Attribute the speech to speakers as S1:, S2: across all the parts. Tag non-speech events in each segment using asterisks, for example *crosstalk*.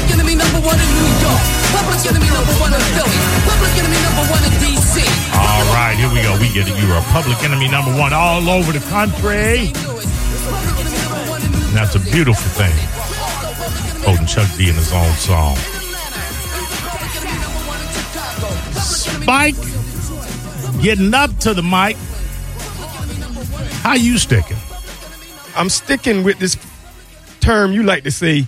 S1: number one in New York. Public enemy number one in Philly. Public enemy number one in D.C.
S2: All right, here we go. We get it. You are public enemy number one all over the country.
S1: St. Louis. Public enemy number one in New
S2: And that's a beautiful thing. Holding Chuck D in his own song. Spike getting up to the mic. How you sticking?
S3: I'm sticking with this term you like to say.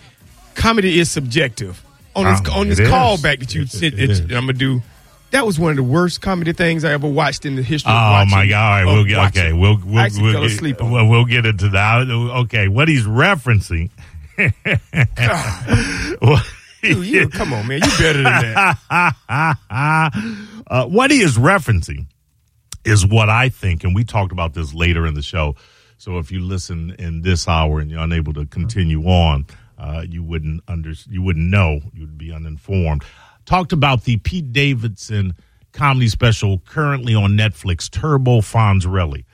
S3: Comedy is subjective. On this
S2: Oh,
S3: on
S2: it
S3: this
S2: is.
S3: callback that you
S2: It-
S3: said
S2: it
S3: that
S2: is.
S3: I'm gonna do, that was one of the worst comedy things I ever watched in the history. of
S2: Oh
S3: watching,
S2: my God! All right,
S3: of
S2: we'll get
S3: watching.
S2: okay. We'll
S3: I
S2: we'll
S3: actually
S2: we'll
S3: fell
S2: get,
S3: asleep. on it.
S2: well, we'll get into that. Okay, what he's referencing.
S3: *laughs* Dude, you, come on, man, you better than that.
S2: *laughs* uh, what he is referencing is what I think, and we talked about this later in the show. So if you listen in this hour and you're unable to continue on, uh, you wouldn't under you wouldn't know. You'd be uninformed. Talked about the Pete Davidson comedy special currently on Netflix, Turbo Fonzrelli.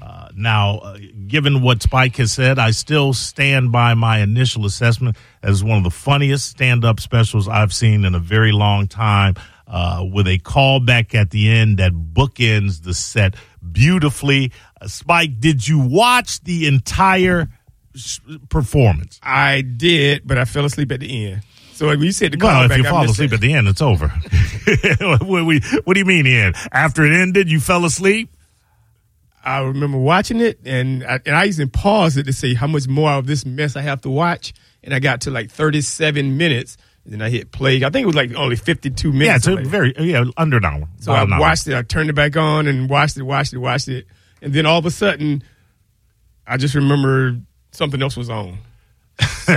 S2: Uh, now, uh, given what Spike has said, I still stand by my initial assessment as one of the funniest stand up specials I've seen in a very long time, uh, with a callback at the end that bookends the set beautifully. Uh, Spike, did you watch the entire s- performance?
S3: I did, but I fell asleep at the end. So when you said the
S2: Well, if
S3: callback,
S2: you
S3: I
S2: fall
S3: missed
S2: asleep
S3: it.
S2: at the end, it's over. *laughs* what, we- what do you mean, the end? After it ended, you fell asleep?
S3: I remember watching it, and I, and I even paused it to see how much more of this mess I have to watch. And I got to like 37 minutes, and then I hit play. I think it was like only 52 minutes.
S2: Yeah, it's a
S3: Like,
S2: very, yeah, under an hour.
S3: so
S2: about
S3: I
S2: an hour.
S3: watched it. I turned it back on and watched it, watched it, watched it, and then all of a sudden, I just remember something else was on.
S2: *laughs*
S3: So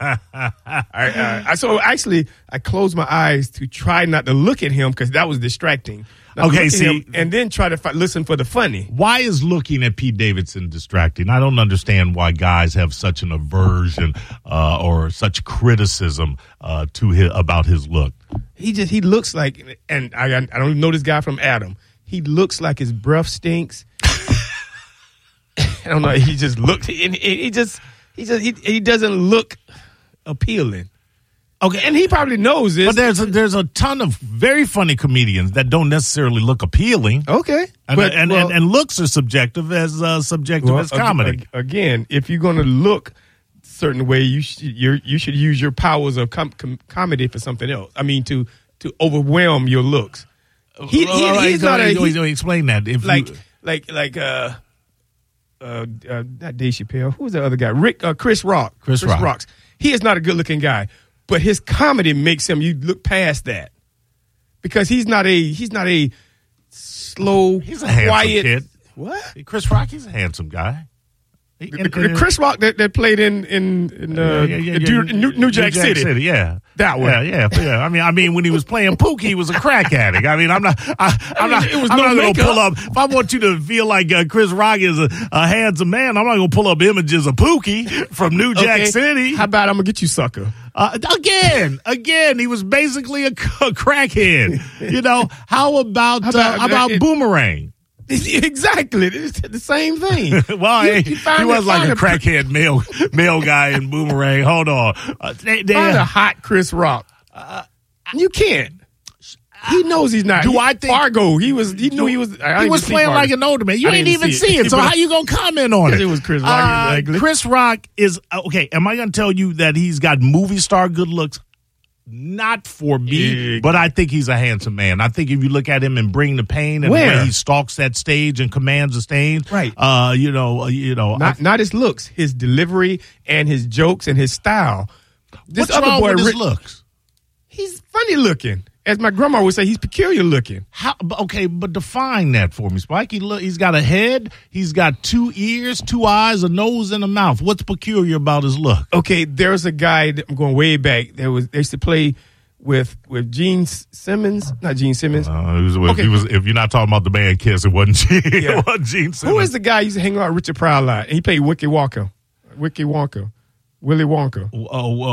S3: I, I, I so actually I closed my eyes to try not to look at him because that was distracting. Not to
S2: Okay,
S3: look at him
S2: see-
S3: and then try to fi- listen for the funny.
S2: Why is looking at Pete Davidson distracting? I don't understand why guys have such an aversion uh, or such criticism uh, to his, about his look.
S3: He just he looks like, and I I don't know this guy from Adam. He looks like his breath stinks. *laughs* I don't know. He just looked. He, he he just he just he, he doesn't look appealing. Okay, and he probably knows this.
S2: But there's a, there's a ton of very funny comedians that don't necessarily look appealing,
S3: okay,
S2: and
S3: but,
S2: and,
S3: well-
S2: and, and looks are subjective as uh, subjective
S3: well,
S2: as comedy.
S3: ag- ag- Again, if you're going to look certain way, you should you're, you should use your powers of com- com- comedy for something else. I mean, to to overwhelm your looks. He, he-
S2: Well,
S3: he's
S2: I-
S3: not a,
S2: I-
S3: he-
S2: I- explain that. If
S3: like
S2: you-
S3: like like uh uh, uh not Dave Chappelle. Who's the other guy? Rick uh, Chris Rock.
S2: Chris Rock.
S3: Rock's. He is not a good looking guy, but his comedy makes him you look past that because he's not a he's not a slow
S2: He's a handsome
S3: quiet
S2: kid.
S3: what.
S2: Chris Rock, he's a handsome guy. He-
S3: The,
S2: and-
S3: the Chris Rock that, that played in in, in, uh,
S2: Yeah, yeah, yeah,
S3: Du-
S2: yeah.
S3: New, New Jack, City.
S2: yeah,
S3: That one.
S2: yeah, yeah, yeah. I mean, I mean, when he was playing Pookie, he was a crack addict. I mean, I'm not, I, I'm
S3: mean,
S2: not,
S3: it was
S2: I'm
S3: no
S2: not gonna
S3: makeup.
S2: pull up. If I want you to feel like uh, Chris Rock is a, a handsome man, I'm not gonna pull up images of Pookie from New Jack
S3: Okay?
S2: City.
S3: How about I'm gonna get you, sucker? *laughs*
S2: Uh, again, again, he was basically a, c- a crackhead. You know, how about how
S3: about-
S2: about, uh, how about
S3: it-
S2: Boomerang?
S3: exactly, it's the
S2: *laughs*
S3: same thing.
S2: Well,
S3: You-
S2: hey,
S3: you find
S2: he was
S3: it-
S2: like a
S3: find a-
S2: crackhead male male guy in Boomerang. Hold on, uh, they- they-
S3: Find a hot Chris Rock. Uh, you can't. He knows he's not.
S2: Do
S3: He-
S2: I think-
S3: Fargo? He was. He knew he was. I- I
S2: he
S3: didn't
S2: was
S3: see
S2: playing
S3: Fargo.
S2: like an older man. You
S3: I
S2: didn't,
S3: didn't
S2: even
S3: see
S2: see
S3: *laughs*
S2: it.
S3: it.
S2: So
S3: But-
S2: how you gonna comment on it?
S3: It was Chris Rock.
S2: Uh,
S3: Exactly.
S2: Chris Rock is uh, okay. Am I gonna tell you that he's got movie star good looks? Not for me,
S3: Yeah.
S2: but I think he's a handsome man. I think if you look at him and bring the pain and the
S3: Where?
S2: way he stalks that stage and commands the stage,
S3: Right.
S2: Uh, you know, uh, you know,
S3: Not, not his looks, his delivery, and his jokes and his style. This
S2: what's wrong with his
S3: Rick-
S2: looks?
S3: he's funny looking. As my grandma would say, he's peculiar looking.
S2: How, but- okay, but define that for me, Spike. He look, he's got a head, he's got two ears, two eyes, a nose, and a mouth. What's peculiar about his look?
S3: Okay, there's a guy. That, I'm going way back. There was they used to play with with Gene Simmons, not Gene Simmons.
S2: Uh, it was, if,
S3: Okay.
S2: he was, if you're not talking about the band Kiss, it wasn't Gene. *laughs*
S3: Yeah.
S2: it wasn't Gene
S3: Who
S2: Simmons.
S3: is the guy who used to hang out with Richard Pryor a lot? And he played Wicky Walker. Wicky Walker. Willy Wonka.
S2: Oh, oh,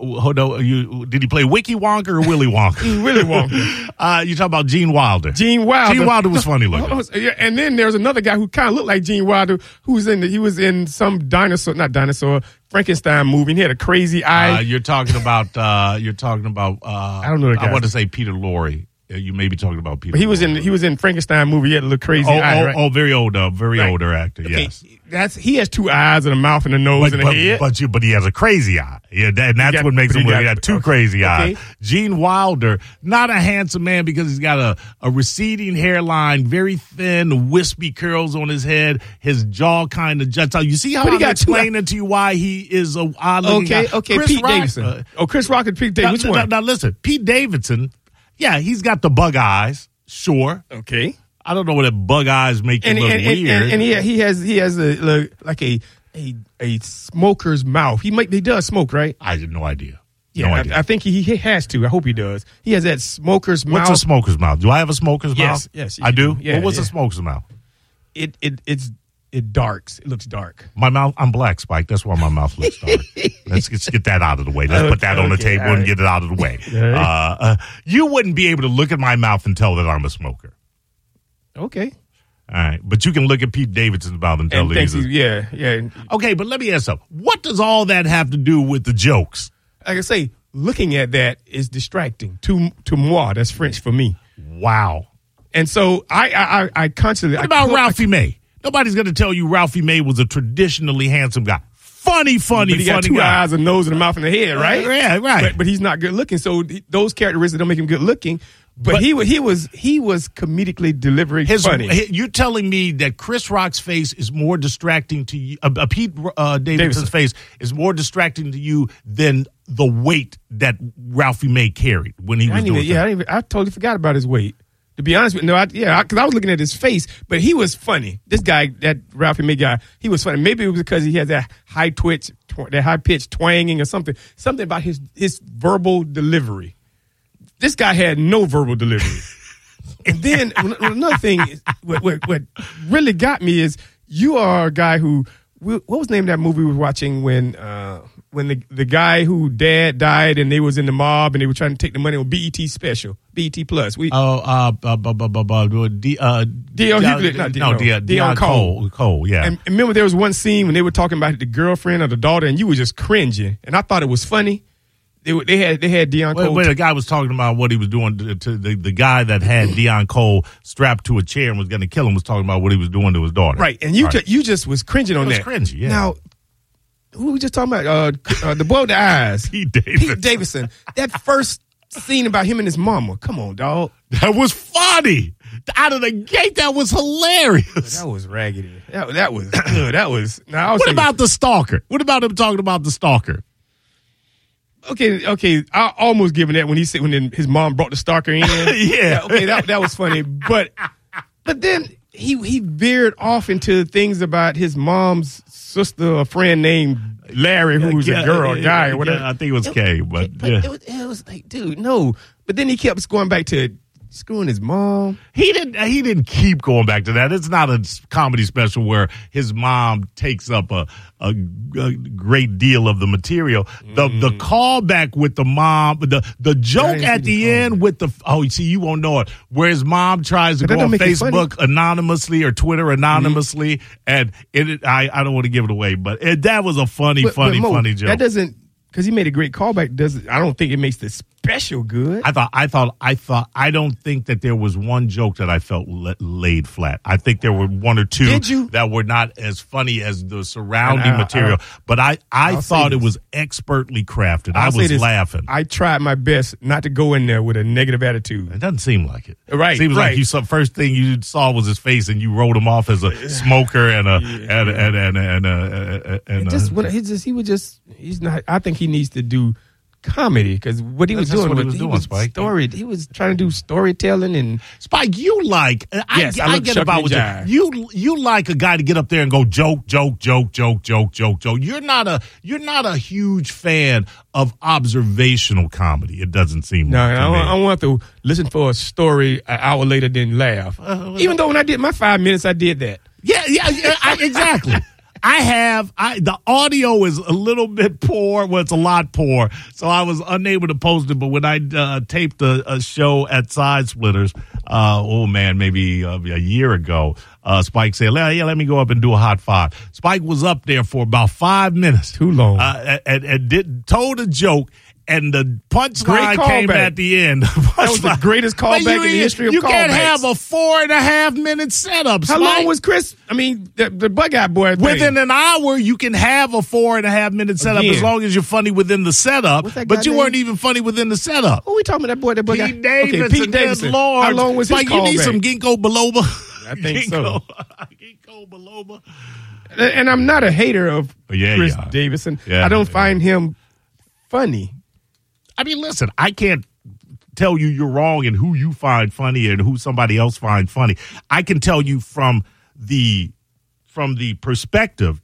S2: oh, hold on. You, did he play Wiki Wonka or Willy Wonka?
S3: Willy Wonka.
S2: *laughs* uh, you talking about Gene Wilder?
S3: Gene Wilder.
S2: Gene Wilder was funny looking. *laughs*
S3: Hold on. Yeah, And then there's another guy who kind of looked like Gene Wilder, who's in the, he was in some dinosaur, not dinosaur, Frankenstein movie. And he had a crazy
S2: Uh,
S3: eye.
S2: you're talking about uh, you're talking about uh, I
S3: don't know the
S2: I
S3: guy.
S2: want to say Peter Lorre. Uh, You may be talking about Peter.
S3: but he was in
S2: Lorre.
S3: he was in Frankenstein movie. He had a little crazy
S2: oh,
S3: eye.
S2: oh,
S3: right?
S2: oh, very old, uh, very
S3: Right.
S2: older actor.
S3: Okay,
S2: Yes,
S3: that's he has two eyes and a mouth and a nose
S2: but
S3: and a
S2: but,
S3: head.
S2: but you but he has a crazy eye. Yeah, that, and that's
S3: got-
S2: what makes
S3: but
S2: him.
S3: he
S2: Got, he
S3: got-
S2: got two
S3: okay,
S2: crazy
S3: okay.
S2: eyes. Gene Wilder, not a handsome man because he's got a a receding hairline, very thin, wispy curls on his head. His jaw kind of juts out. You see how
S3: But he
S2: I'm
S3: got two
S2: explaining to you why he is a odd looking
S3: okay,
S2: guy?
S3: okay,
S2: Chris
S3: Pete
S2: Rock-
S3: Davidson.
S2: uh,
S3: oh, Chris Rock and Pete
S2: Now,
S3: Davidson. Which
S2: now-
S3: one?
S2: now listen, Pete Davidson, yeah, he's got the bug eyes, sure.
S3: okay.
S2: I don't know what that bug eyes make you
S3: and,
S2: look
S3: and, and,
S2: weird.
S3: and, and he, he has he has a like, like a, a a smoker's mouth. He might he does smoke, right?
S2: I had no idea.
S3: Yeah,
S2: no idea.
S3: I, I think he, he has to. I hope he does. He has that smoker's
S2: What's
S3: mouth.
S2: a smoker's mouth? Do I have a smoker's
S3: Yes,
S2: mouth?
S3: yes, you
S2: I do.
S3: do. Yeah,
S2: well, what's a
S3: yeah.
S2: smoker's mouth?
S3: it it it's it darks. It looks dark.
S2: My mouth. I'm black, Spike. That's why my mouth looks
S3: *laughs*
S2: dark. Let's, let's get that out of the way. Let's put that on the
S3: Okay,
S2: table
S3: all
S2: and
S3: right.
S2: get it out of the way.
S3: *laughs* All right.
S2: Uh, uh, you wouldn't be able to look at my mouth and tell that I'm a smoker.
S3: Okay.
S2: All right, but you can look at Pete Davidson's mouth and tell
S3: And
S2: that
S3: thanks.
S2: he's.
S3: He's,
S2: A,
S3: yeah, yeah.
S2: okay, but let me ask something. What does all that have to do with the jokes?
S3: Like I say, looking at that is distracting to to moi. That's French for me.
S2: Wow.
S3: And so I I I, I constantly
S2: What about
S3: I,
S2: Ralphie May? Nobody's going to tell you Ralphie May was a traditionally handsome guy. Funny, funny,
S3: But he
S2: funny
S3: got two
S2: guy. Uh,
S3: eyes, a nose, and a mouth, and a head, right?
S2: Yeah, right.
S3: But, but he's not good looking, so th- those characteristics don't make him good looking. But, he was he was he was comedically delivering
S2: His,
S3: funny.
S2: hi- you're telling me that Chris Rock's face is more distracting to you, uh, uh, Pete uh, Davidson's
S3: Davidson.
S2: face is more distracting to you than the weight that Ralphie May carried when he
S3: I
S2: was
S3: didn't
S2: doing
S3: even,
S2: it.
S3: yeah, I, didn't even, I totally forgot about his weight. To be honest with you, no, I, yeah, because I, was looking at his face, but he was funny. This guy, that Ralphie May guy, he was funny. Maybe it was because he had that high twitch, tw- that high pitch twanging or something, something about his his verbal delivery. This guy had no verbal delivery.
S2: *laughs*
S3: and then an- another thing, is, what, what, what really got me is you are a guy who what was the name of that movie we were watching when uh, when the the guy who dad died and they was in the mob and they were trying to take the money on BET special BET plus we
S2: Oh, uh, bu- bu- bu- bu- bu- D- uh,
S3: Dion Hewlett, not
S2: no,
S3: Dion.
S2: Dion,
S3: Dion Cole.
S2: Cole, Cole, yeah.
S3: and remember there was one scene when they were talking about the girlfriend or the daughter and you were just cringing and I thought it was funny they were- they had they had Dion
S2: Wait,
S3: Cole
S2: wait, the guy was talking about what he was doing to, to the, the guy that
S3: *clears throat*
S2: had Dion Cole strapped to a chair and was going to kill him was talking about what he was doing to his daughter.
S3: Right, and you ju- you just was cringing on
S2: was
S3: that.
S2: cringy, yeah.
S3: Now, who were we just talking about? Uh, uh, the boy with the
S2: *laughs*
S3: eyes,
S2: Pete Davidson.
S3: Pete Davidson. That first scene about him and his mama. Come on, dog.
S2: That was funny. Out of the gate, that was hilarious.
S3: That was raggedy. That,
S2: *clears throat*
S3: that was ugh, that was. Now, I was
S2: What
S3: thinking-
S2: about the stalker? What about him talking about the stalker?
S3: okay? Okay, I almost given that when he said when then his mom brought the
S2: *laughs*
S3: stalker in. okay, that that was funny, but but then he he veered off into things about his mom's sister, a friend named Larry, who was a girl, a guy, or whatever.
S2: Yeah, I think it was K, but,
S3: But
S2: yeah.
S3: it, was, it was like, dude, no. But then he kept going back to screwing his mom.
S2: he didn't. He didn't keep going back to that. It's not a s- comedy special where his mom takes up a a, a great deal of the material. The the
S3: Mm.
S2: callback with the mom, the the joke
S3: didn't
S2: at
S3: see
S2: the
S3: the
S2: end with the oh, you see, you won't know it. Where his mom tries to
S3: But that
S2: go
S3: don't
S2: on
S3: make it funny. Mm-hmm.
S2: Facebook anonymously or Twitter anonymously, and it. I I don't want to give it away, but it, that was a funny,
S3: But- but
S2: funny,
S3: Mo,
S2: funny joke.
S3: That doesn't because he made a great callback. Doesn't I don't think it makes the special good.
S2: I thought, I thought, I thought, I don't think that there was one joke that I felt la- laid flat. I think there were one or two
S3: Did you?
S2: that were not as funny as the surrounding
S3: And I-
S2: material, but I, I
S3: uh, I'll say
S2: thought it
S3: this.
S2: was expertly crafted. i
S3: I'll say
S2: was
S3: this,
S2: laughing.
S3: I tried my best not to go in there with a negative attitude.
S2: it doesn't seem like it.
S3: Right,
S2: Seems like
S3: right.
S2: you saw, first thing you saw was his face, and you wrote him off as a smoker and a and and and and, uh, and,
S3: It
S2: uh,
S3: just what he just he was just he's not. I think he needs to do comedy because what he
S2: That's-
S3: was
S2: that's what he
S3: doing was,
S2: was
S3: he
S2: doing,
S3: was
S2: Spike.
S3: story. He was trying to do storytelling and
S2: Spike, you like uh, I,
S3: Yes, I
S2: I,
S3: love
S2: get
S3: Chuck E.
S2: about
S3: and
S2: what
S3: Jive.
S2: you you you like a guy to get up there and go joke joke joke joke joke joke joke. You're not a you're not a huge fan of observational comedy. It doesn't seem
S3: No,
S2: like
S3: I
S2: to
S3: don't,
S2: me.
S3: I don't want to listen for a story an hour later
S2: Uh-huh.
S3: then laugh. Even though when I did my five minutes, I did that.
S2: yeah yeah, yeah I, exactly. I have I the audio is a little bit poor. Well, it's a lot poor, so I was unable to post it. But when I uh, taped a, a show at Side Splitters, uh, oh man, maybe uh, a year ago, uh, Spike said, "Yeah, yeah, let me go up and do a hot five. Spike was up there for about five minutes,
S3: Too long.
S2: uh, and, and did told a joke. And the punchline
S3: Great
S2: came
S3: callback.
S2: at the end. *laughs*
S3: That was the greatest
S2: But
S3: callback in the history of
S2: You can't
S3: callbacks.
S2: have a four and a half minute setup.
S3: How long
S2: Spike.
S3: was Chris? I mean, the, the bug out boy. Thing.
S2: Within an hour, you can have a four and a half minute setup
S3: Again.
S2: as long as you're funny within the setup.
S3: What's that
S2: But
S3: guy
S2: you
S3: name?
S2: weren't even funny within the setup.
S3: Who we talking about? That boy, that bug
S2: Pete Davidson,
S3: Okay, Pete
S2: and Ed
S3: Davidson.
S2: Lawrence.
S3: How long was his
S2: like, You need
S3: callback?
S2: some ginkgo biloba.
S3: I
S2: *laughs*
S3: think so.
S2: ginkgo biloba.
S3: and I'm not a hater of
S2: Oh, Yeah,
S3: Chris
S2: you are.
S3: Davison.
S2: Yeah,
S3: I don't
S2: yeah.
S3: find him funny.
S2: I mean, listen, I can't tell you you're wrong and who you find funny and who somebody else finds funny. I can tell you from the from the perspective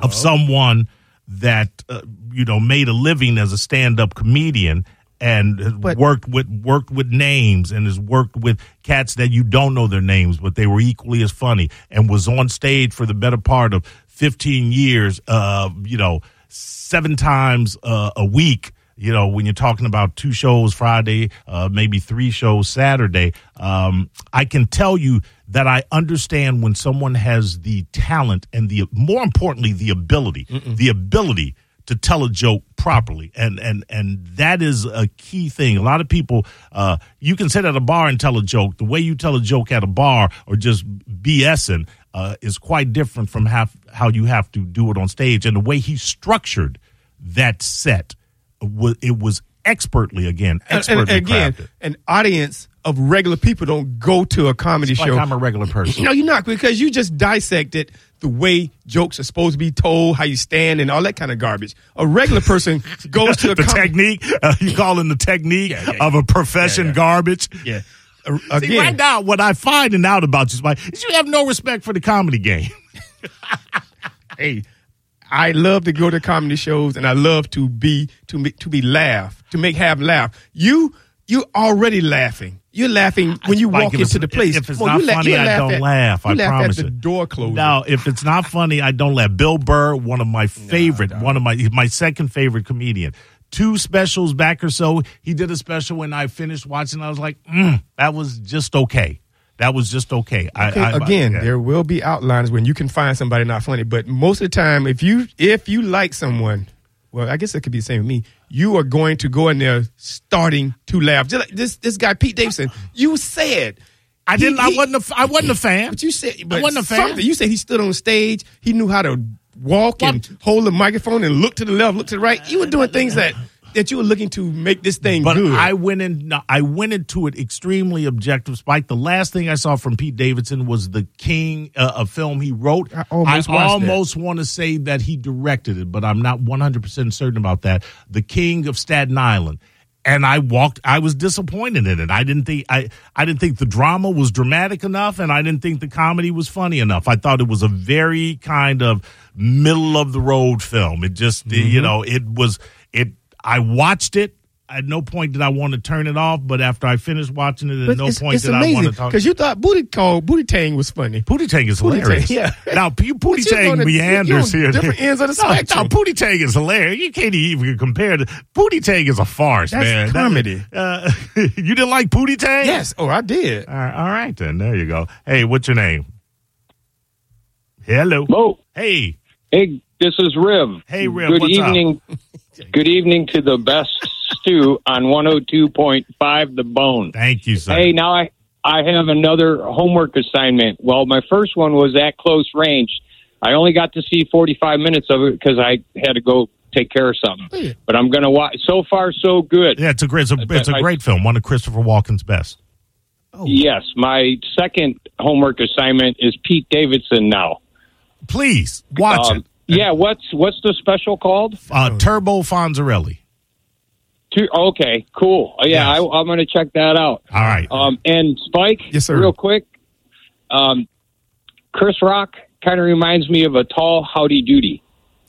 S2: of someone that uh, you know made a living as a stand-up comedian and has
S3: But-
S2: worked with worked with names and has worked with cats that you don't know their names but they were equally as funny and was on stage for the better part of 15 years uh you know seven times uh, a week you know when you're talking about two shows friday uh maybe three shows saturday um i can tell you that I understand when someone has the talent and the more importantly the ability, the ability to tell a joke properly, and and and that is a key thing. A lot of people, uh, you can sit at a bar and tell a joke. The way you tell a joke at a bar or just BSing uh, is quite different from half, how you have to do it on stage, and the way he structured that set, wa- it was expertly again,
S3: And-
S2: expertly
S3: and again,
S2: crafted.
S3: an audience of regular people don't go to a comedy
S2: Like
S3: show.
S2: I'm a regular person.
S3: no, you're not because you just dissected the way jokes are supposed to be told, how you stand, and all that kind of garbage. A
S2: *laughs*
S3: regular person goes to
S2: *laughs*
S3: a
S2: the
S3: comedy.
S2: technique. Uh, you calling the technique
S3: Yeah, yeah,
S2: of a profession
S3: yeah.
S2: garbage.
S3: Yeah. A- Again,
S2: See, right now, what I'm finding out about you, Spike, is you have no respect for the comedy game.
S3: hey, I love to go to comedy shows and I love to be to be, to be laugh to make have laugh. You you already laughing. You're laughing when you
S2: Spike,
S3: walk
S2: if
S3: into
S2: it's-
S3: the place.
S2: If it's
S3: Well,
S2: not
S3: you la-
S2: funny,
S3: you
S2: I don't
S3: at-
S2: laugh.
S3: You
S2: I
S3: laugh
S2: promise
S3: at the
S2: you.
S3: door closing.
S2: No, if it's not funny, I don't laugh. Bill Burr, one of my favorite, one of my he's my second favorite comedian. Two specials back or so, he did a special when I finished watching. I was like, mm, that was just okay. That was just okay. I,
S3: Okay,
S2: I- I-
S3: again,
S2: yeah.
S3: there will be outliners when you can find somebody not funny, but most of the time, if you if you like someone, well, I guess it could be the same with me. You are going to go in there starting to laugh. Just like this this guy Pete Davidson, you said
S2: I
S3: he-
S2: didn't. I
S3: he-
S2: wasn't. A, f- I wasn't a fan.
S3: But you said but
S2: I wasn't a fan.
S3: something. You said he stood on stage. He knew how to walk and hold the microphone and look to the left, look to the right. You were doing things that that you were looking to make this thing
S2: But
S3: good.
S2: I went in. no, I went into it extremely objective. Spike. The last thing I saw from Pete Davidson was the King, uh, a film he wrote.
S3: I almost
S2: I
S3: watched that.
S2: almost want to say that he directed it, but I'm not 100 percent certain about that. The King of Staten Island. And I walked. I was disappointed in it. I didn't think I. I didn't think the drama was dramatic enough, and I didn't think the comedy was funny enough. I thought it was a very kind of middle of the road film. It just,
S3: Mm-hmm.
S2: you know, it was. It. I watched it at no point did I want to turn it off, but after I finished watching it, at
S3: But
S2: no
S3: it's,
S2: point
S3: it's
S2: did I
S3: amazing
S2: want to talk.
S3: because you thought booty call booty tang was funny.
S2: Pootie Tang is
S3: Pootie Tang,
S2: hilarious.
S3: yeah.
S2: Now, P- Pootie
S3: you're
S2: Tang
S3: on a-
S2: meanders
S3: you're
S2: here.
S3: on different ends of the
S2: *laughs* No, no,
S3: spectrum.
S2: Pootie Tang is hilarious. You can't even compare to Pootie Tang is a farce,
S3: That's
S2: man. That-
S3: comedy.
S2: uh, *laughs* you didn't like Pootie Tang?
S3: Yes. Oh, I did.
S2: All right, all right, then. There you go. Hey, what's your name? Hello.
S4: Mo,
S2: Hey.
S4: hey, this is Riv.
S2: Hey, Riv,
S4: Good
S2: what's up? *laughs*
S4: evening. Good evening to the best stew on one hundred two point five, The Bone.
S2: Thank you, sir.
S4: Hey, now I I have another homework assignment. Well, my first one was at close range. I only got to see forty five minutes of it because I had to go take care of something. But I'm gonna watch. So far, so good.
S2: Yeah, it's a great, it's a, it's a
S4: I-
S2: great film. One of Christopher Walken's best. Oh.
S4: Yes, my second homework assignment is Pete Davidson. Now,
S2: Please watch
S4: Um,
S2: it.
S4: yeah, what's what's the special called?
S2: Uh, Turbo Fonzarelli.
S4: Two, okay, cool. Yeah,
S2: Yes.
S4: I, I'm going to check that out.
S2: All right.
S4: Um, and Spike,
S3: Yes, sir.
S4: real quick, um, Chris Rock kind of reminds me of a tall Howdy Doody.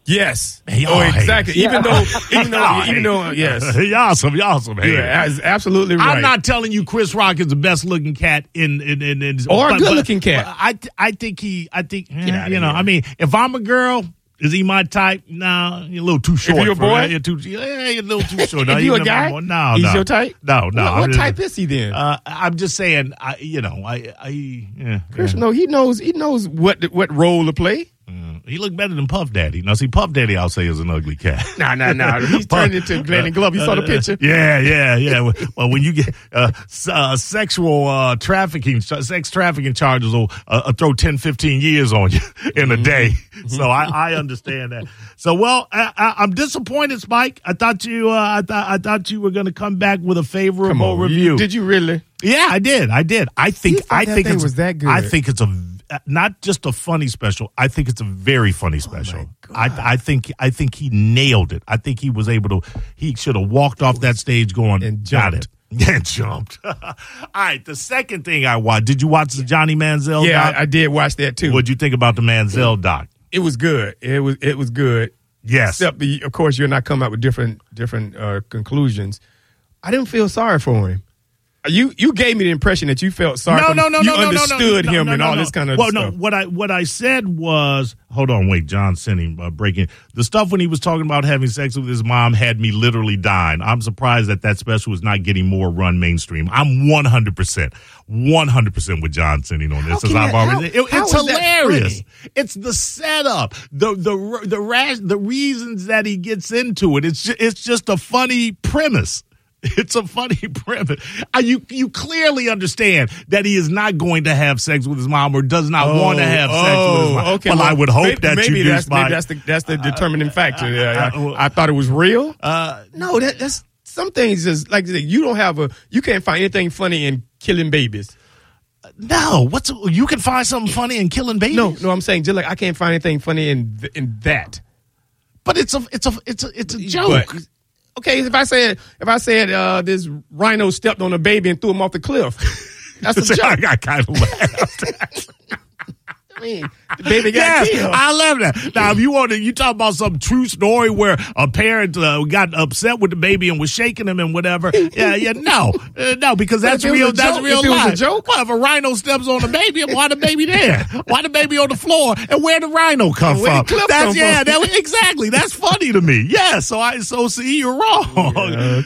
S3: Yes.
S2: Hey, y'all
S3: oh,
S2: haters.
S3: exactly.
S2: *laughs*
S3: Even though, even though, even though, yes,
S2: y'all some y'all some haters.
S3: you're a- absolutely right.
S2: I'm not telling you Chris Rock is the best looking cat in in in, in
S3: Or a
S2: but-
S3: good-looking
S2: but-
S3: cat.
S2: but I th- I think he I think eh,
S3: outta
S2: you know
S3: here.
S2: I mean if I'm a girl. Is he my type? Nah, you're a little too short.
S3: you're a
S2: for-
S3: boy?
S2: you're too, yeah, you're a little
S3: *laughs*
S2: too short. No,
S3: If you a
S2: even if I'm
S3: guy,
S2: more- No,
S3: he's
S2: no.
S3: your type.
S2: No, no.
S3: What,
S2: I'm
S3: what
S2: just-
S3: type is he then?
S2: Uh, I'm just saying. I, you know, I, I, yeah,
S3: Chris,
S2: yeah.
S3: no, he knows. He knows what what role to play.
S2: He looked better than Puff Daddy. Now, see, Puff Daddy, I'll say, is an ugly cat.
S3: Nah,
S2: *laughs*
S3: nah, nah. *laughs* uh, He's turned into Glenn Glove. You saw the picture.
S2: Yeah, yeah, yeah. well, when you get uh, s- uh, sexual uh, trafficking, sex trafficking charges will uh, uh, throw 10, 15 years on you *laughs* in a
S3: Mm-hmm.
S2: day. So I, I understand that. So, well, I, I, I'm disappointed, Spike. I thought you, uh, I thought, I thought you were going to come back with a
S3: Come
S2: favorable
S3: on,
S2: review.
S3: You, did you really?
S2: Yeah, I did. I did. I think.
S3: You thought
S2: I
S3: that
S2: think
S3: thing
S2: it's
S3: was that good.
S2: I think it's a v- not just a funny special. I think it's a very funny
S3: Oh,
S2: special. I I think I think he nailed it. I think he was able to. He should have walked off that stage going
S3: And
S2: got *laughs* it. And jumped. *laughs* All right. The second thing I watched. Did you watch the Johnny Manziel?
S3: yeah,
S2: doc?
S3: I, I did watch that too.
S2: What'd you think about the Manziel doc?
S3: It was good. It was it was good.
S2: Yes.
S3: Except, the, of course, you're not coming out with different different uh, conclusions. I didn't feel sorry for him. You you gave me the impression that you felt sorry. for
S2: no,
S3: him.
S2: no, no,
S3: you
S2: no, no,
S3: understood
S2: no, no,
S3: him
S2: no,
S3: and
S2: no,
S3: all
S2: no.
S3: this kind of
S2: Well,
S3: stuff.
S2: no, what I what I said was, hold on, wait, John sent him uh, breaking the stuff when he was talking about having sex with his mom had me literally dying. I'm surprised that that special is not getting more run mainstream. I'm 100 percent, 100 percent with John sending on this,
S3: How
S2: as
S3: can
S2: I've
S3: that-
S2: already.
S3: how-
S2: it-
S3: how
S2: it's
S3: is that
S2: hilarious.
S3: funny?
S2: It's the setup, the the the rash, the reasons that he gets into it. It's ju- it's just a funny premise. *laughs* It's a funny *laughs* premise. Uh, You you clearly understand that he is not going to have sex with his mom or does not want to have sex with his mom.
S3: Oh, okay.
S2: Oh, well, I would hope
S3: maybe,
S2: that
S3: maybe
S2: you do,
S3: that's, maybe
S2: Spike.
S3: that's the that's the determining factor. Yeah,
S2: I-
S3: I,
S2: well-
S3: I thought it was real.
S2: uh,
S3: no, that, that's some things just like you said, you don't have a you can't find anything funny in killing babies.
S2: no, what's you can find something funny in killing babies.
S3: No, no, I'm saying just like I can't find anything funny in th- in that.
S2: but it's a it's a it's a it's a joke.
S3: But- okay, if I said if I said uh, this rhino stepped on a baby and threw him off the cliff,
S2: *laughs*
S3: that's a
S2: I
S3: joke.
S2: got kind of laughed.
S3: I mean, the baby got
S2: Yes,
S3: killed.
S2: I love that. Now, if you want to, you talk about some true story where a parent uh, got upset with the baby and was shaking him and whatever. Yeah, yeah,
S3: *laughs*
S2: no, uh, no, because that's
S3: if it was
S2: real.
S3: a
S2: That's
S3: joke-
S2: real
S3: if it was a
S2: life.
S3: joke?
S2: Well, if a rhino steps on the
S3: *laughs*
S2: baby, why the baby there? Why the baby on the floor? And where the rhino come
S3: Where the
S2: from?
S3: clip
S2: that's
S3: come
S2: yeah,
S3: from?
S2: that was- exactly. That's funny to me. Yeah, so I so see you're *laughs* wrong.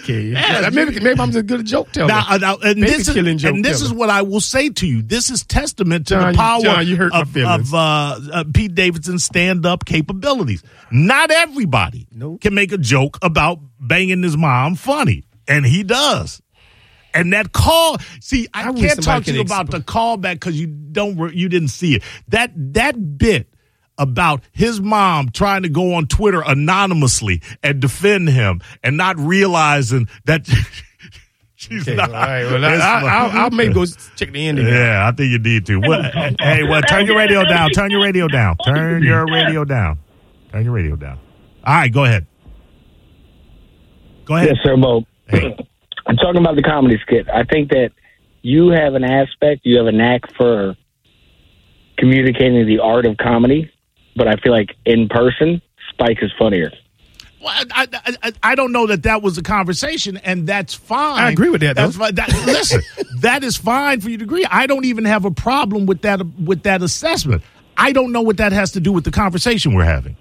S3: okay,
S2: Yes,
S3: Yeah, maybe maybe I'm just a good joke teller.
S2: Now, uh, now, and
S3: Baby
S2: this, is,
S3: killing joke
S2: and this is
S3: killer.
S2: what I will say to you. This is testament to
S3: John,
S2: the
S3: you-
S2: power
S3: John, you hurt my
S2: of,
S3: feelings.
S2: of uh, uh, Pete Davidson's stand-up capabilities. Not everybody
S3: Nope.
S2: can make a joke about banging his mom funny, and he does. And that call, see, I,
S3: I wish
S2: can't talk
S3: somebody
S2: to
S3: could
S2: you about the callback because you don't, re- you didn't see it. That that bit about his mom trying to go on Twitter anonymously and defend him, and not realizing that *laughs* she's
S3: Okay,
S2: not.
S3: all right, well, I,
S2: It's
S3: I,
S2: like-
S3: I'll, I'll
S2: *laughs*
S3: maybe go s- check the ending.
S2: yeah, I think you need to. What, hey, well, turn your radio down. Turn your radio down. Turn your radio down. Turn your radio down. All right, go ahead. Go
S5: Yes,
S2: ahead.
S5: sir, Bo.
S2: Hey.
S5: I'm talking about the comedy skit. I think that you have an aspect, you have a knack for communicating the art of comedy, but I feel like in person, Spike is funnier.
S2: Well, I, I, I, I don't know that that was a conversation, and that's fine.
S3: I agree with that,
S2: That's
S3: though.
S2: fine. That,
S3: *laughs*
S2: listen, that is fine for you to agree. I don't even have a problem with that with that assessment. I don't know what that has to do with the conversation we're having.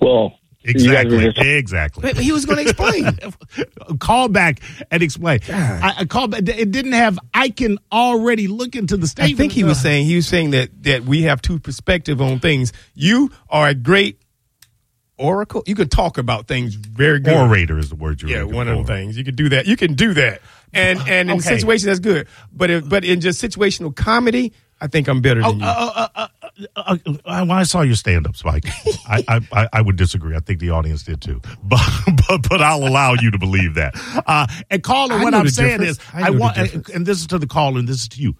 S5: Well, you guys are
S2: Exactly.
S5: just-
S2: Exactly.
S3: Wait, he was going
S2: *laughs*
S3: to explain.
S2: call back and explain. I, I call back. It didn't have. I can already look into the
S3: I
S2: statement.
S3: think he was saying he was saying that that we have two perspective on things. You are a great oracle. You can talk about things very good.
S2: orator is the word you're.
S3: Yeah,
S2: looking
S3: one of
S2: for.
S3: the things you can do that. You can do that,
S2: *sighs*
S3: and and in
S2: Okay.
S3: situations that's good. But if, but in just situational comedy, I think I'm better
S2: Oh,
S3: than you.
S2: Uh, uh, when I saw your stand up,
S3: *laughs*
S2: Spike, I, I, I, I would disagree. I think the audience did too. *laughs* But but, but I'll allow you to believe that. Uh, and caller,
S3: I
S2: what
S3: know
S2: I'm
S3: the
S2: saying
S3: difference.
S2: is,
S3: I
S2: I,
S3: know the
S2: want, and,
S3: difference.
S2: and this is to the caller, and this is to you.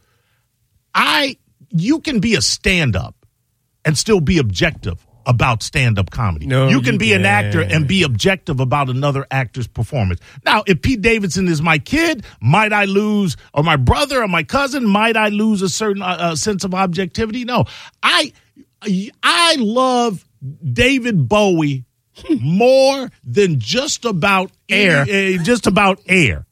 S2: I you can be a stand up and still be objective about stand up comedy.
S3: No,
S2: you can
S3: you
S2: be an actor
S3: can't.
S2: and be objective about another actor's performance. Now, if Pete Davidson is my kid, might I lose, or my brother or my cousin, might I lose a certain uh, uh, sense of objectivity? No, I I love David Bowie
S3: Hmm.
S2: more than just about
S3: Air.
S2: eh, just about air.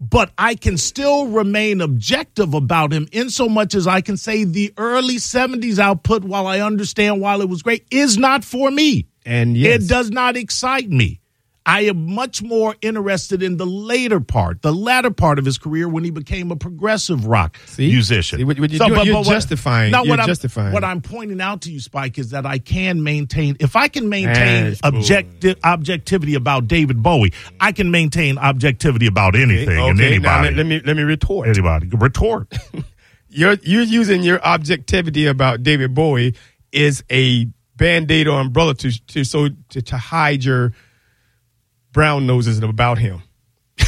S2: But I can still remain objective about him in so much as I can say the early 70s output, while I understand while it was great, is not for me.
S3: And
S2: It does not excite me. I am much more interested in the later part, the latter part of his career when he became a progressive rock
S3: See?
S2: musician.
S3: See, what- what you're doing, you're justifying-
S2: no,
S3: you're
S2: what I'm-
S3: justifying.
S2: What I'm pointing out to you, Spike, is that I can maintain. If I can maintain
S3: That's bull.
S2: objective objectivity about David Bowie, I can maintain objectivity about anything and
S3: Okay,
S2: anybody.
S3: now let, let me let me retort.
S2: anybody retort.
S3: You're you're using your objectivity about David Bowie is a band-aid or umbrella to to so to, to hide your brown noses about him. *laughs*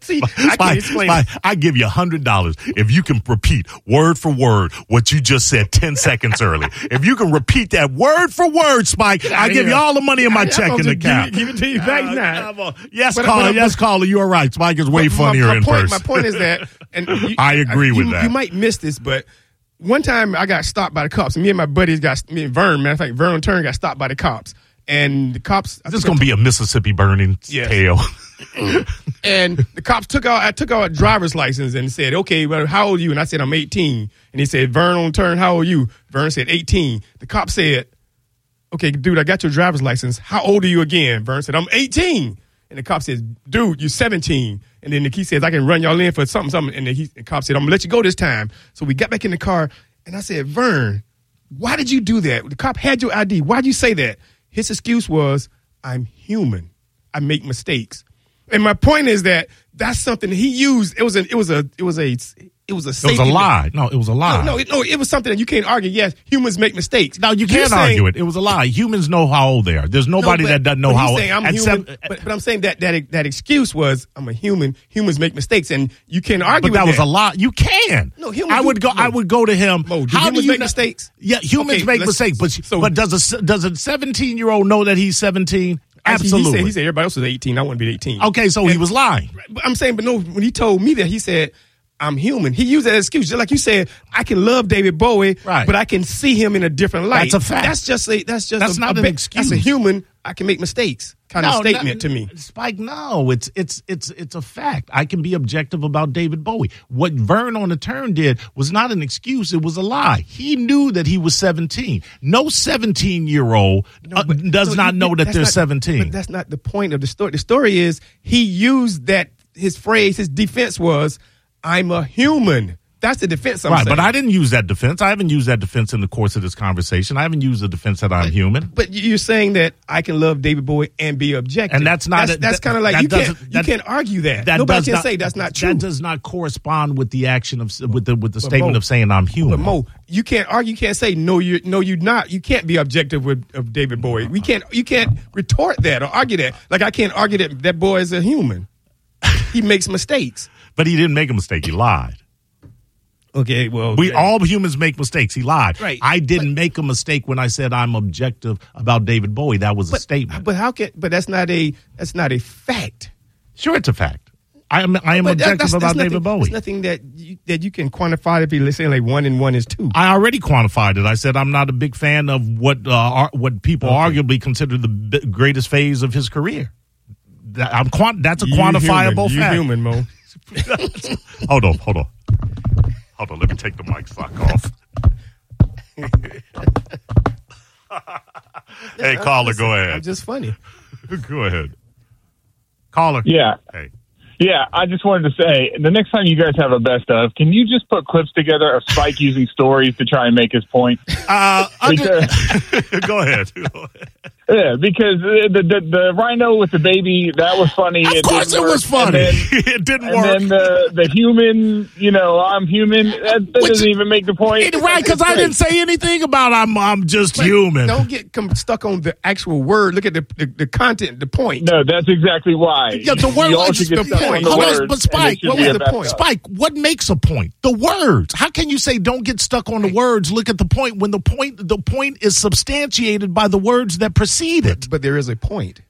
S3: See, I
S2: Spike,
S3: can explain.
S2: Spike, I give you hundred dollars if you can repeat word for word what you just said ten seconds early. If you can repeat that word for word, Spike, I
S3: outta
S2: give you
S3: here.
S2: all the money in my
S3: I'm
S2: checking
S3: gonna give
S2: account.
S3: it- give it to you back
S2: Uh,
S3: now.
S2: come on. Yes,
S3: But-
S2: caller.
S3: but-
S2: yes, caller. You are right. Spike is way
S3: But
S2: funnier
S3: my, my
S2: in
S3: point,
S2: person.
S3: My point is that,
S2: *laughs*
S3: and you,
S2: I agree with
S3: you-
S2: that.
S3: You might miss this, but one time I got stopped by the cops. Me and my buddies got me and Vern. Matter of fact, Vern Turn got stopped by the cops, and the cops. I
S2: this is
S3: think I
S2: going to be a Mississippi burning
S3: Yes.
S2: tale. *laughs*
S3: And the cops took out I took out a driver's license and said, "Okay, well, how old are you?" And I said, "I'm 18." And he said, "Vern on turn, how old are you?" Vern said, "18." The cop said, "Okay, dude, I got your driver's license. How old are you again?" Vern said, "I'm 18." And the cop says, "Dude, you're 17." And then the key says, "I can run y'all in for something, something." And the, he, the cop said, "I'm gonna let you go this time." So we got back in the car, and I said, "Vern, why did you do that? The cop had your ID. Why'd you say that?" His excuse was, "I'm human. I make mistakes." And my point is that that's something he used. It was an, it was a, it was a, it was a.
S2: it was a lie. No, it was a lie.
S3: No, it, no, it was something that you can't argue. Yes, humans make mistakes.
S2: No, you
S3: You're
S2: can't
S3: saying-
S2: argue it. It was a lie. Humans know how old they are. There's nobody
S3: no, but-
S2: that doesn't know
S3: but
S2: how
S3: he's
S2: old.
S3: saying I'm
S2: at
S3: human,
S2: seven-
S3: but, but I'm saying that that that excuse was I'm a human. Humans make mistakes, and you can't argue.
S2: But that
S3: with
S2: was a lot. You can.
S3: No, humans
S2: I would
S3: do-
S2: go. I
S3: no.
S2: would go to him.
S3: Mo, do humans make mistakes?
S2: Yeah, humans
S3: Okay,
S2: make
S3: let's-
S2: mistakes. But
S3: so-
S2: but does a se- does a seventeen year old know that he's seventeen?
S3: Actually, He
S2: Absolutely.
S3: said, he said everybody else was 18. I want to be 18.
S2: okay, so he was lying.
S3: But I'm saying, but no, when he told me that, he said. I'm human. He used that excuse, just like you said. I can love David Bowie,
S2: Right.
S3: but I can see him in a different light.
S2: That's a fact.
S3: That's just a. That's just.
S2: That's
S3: a,
S2: not
S3: a
S2: an
S3: ba-
S2: excuse.
S3: That's a human. I can make mistakes. Kind of statement
S2: no,
S3: to me.
S2: Spike. No, it's it's it's it's a fact. I can be objective about David Bowie. What Vern on the turn did was not an excuse; it was a lie. He knew that he was seventeen. No seventeen-year-old uh,
S3: but-
S2: does
S3: no,
S2: not
S3: you-
S2: know that
S3: that's
S2: they're
S3: not-
S2: seventeen.
S3: But that's not the point of the story. The story is he used that his phrase, his defense was, "I'm a human." That's the defense. I'm
S2: Right,
S3: saying.
S2: but I didn't use that defense. I haven't used that defense in the course of this conversation. I haven't used the defense that I'm human.
S3: But you- you're saying that I can love David Bowie and be objective,
S2: And that's not a-
S3: That's, that's
S2: that-
S3: kind of like
S2: that
S3: you can't
S2: doesn't-
S3: you
S2: that-
S3: can't argue that. Nobody
S2: does
S3: can say that's not true.
S2: That does not correspond with the action of with the with the statement
S3: Mo-
S2: of saying I'm human.
S3: but Mo, you can't argue. You can't say no. You no. You not. You can't be objective with of David Bowie. We can't. You can't retort that or argue that. Like I can't argue that that boy is a human. he makes mistakes.
S2: But he didn't make a mistake. He lied.
S3: Okay. Well,
S2: We
S3: then-
S2: all humans make mistakes. He lied.
S3: Right.
S2: I didn't make a mistake when I said I'm objective about David Bowie. That was a statement.
S3: But how can? But that's not a that's not a fact.
S2: sure, it's a fact. I am I am
S3: But that-
S2: objective about
S3: nothing,
S2: David
S3: It's
S2: Bowie.
S3: nothing that you, that you can quantify to be let's say like one and one is two.
S2: I already quantified it. I said I'm not a big fan of what uh, ar- what people arguably consider the b- greatest phase of his career. That, I'm quant- that's a
S3: You
S2: quantifiable
S3: human, you
S2: fact.
S3: human,
S2: *laughs*
S3: Mo.
S2: hold on, hold on, hold on. Let me take the mic sock off. *laughs* hey, caller, go
S3: I'm
S2: ahead.
S3: just funny.
S2: Go ahead, caller.
S6: Yeah.
S2: Hey.
S6: Yeah, I just wanted to say the next time you guys have a best of, can you just put clips together of Spike using stories to try and make his
S2: *laughs*
S6: point?
S2: Uh, under-
S6: Because-
S2: *laughs* go ahead.
S6: yeah, because the, the the rhino with the baby that was funny.
S2: Of
S6: didn't
S2: course, it
S6: work.
S2: was funny.
S6: And then,
S2: it didn't
S6: and
S2: work.
S6: then the the human, you know, I'm human. That, that
S2: Which-
S6: doesn't even make the point.
S2: It- right, because I didn't say anything about I'm I'm just human.
S3: Don't get com- stuck on the actual word. Look at the, the the content, the point.
S6: No, that's exactly why.
S2: Yeah, the word
S6: You all
S2: was
S6: should get
S2: the
S6: stuck on
S2: point.
S6: the
S2: Hold on,
S6: words,
S2: but
S6: and it
S2: Spike,
S6: should
S3: what
S6: be
S3: was
S6: a
S3: the
S6: best
S3: point?
S6: of.
S2: Spike, what makes a point? The words. How can you say don't get stuck on the words? Look at the point when the point the point is substantiated by the words that precede it.
S3: But there is a point,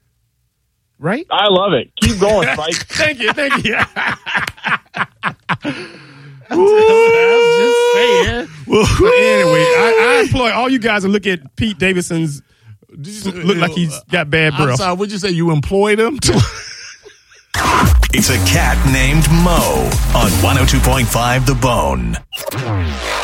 S3: right?
S6: I love it.
S2: *laughs*
S6: Keep going, Spike.
S3: Thank you, thank *laughs* you.
S2: Ooh.
S3: just saying.
S2: Well,
S3: Anyway, I, I implore Floyd, all you guys will look at Pete Davidson's look like he's got bad breath.
S2: I'm sorry, would you say you employed him?
S7: It's a cat named Mo on 102.5 The Bone.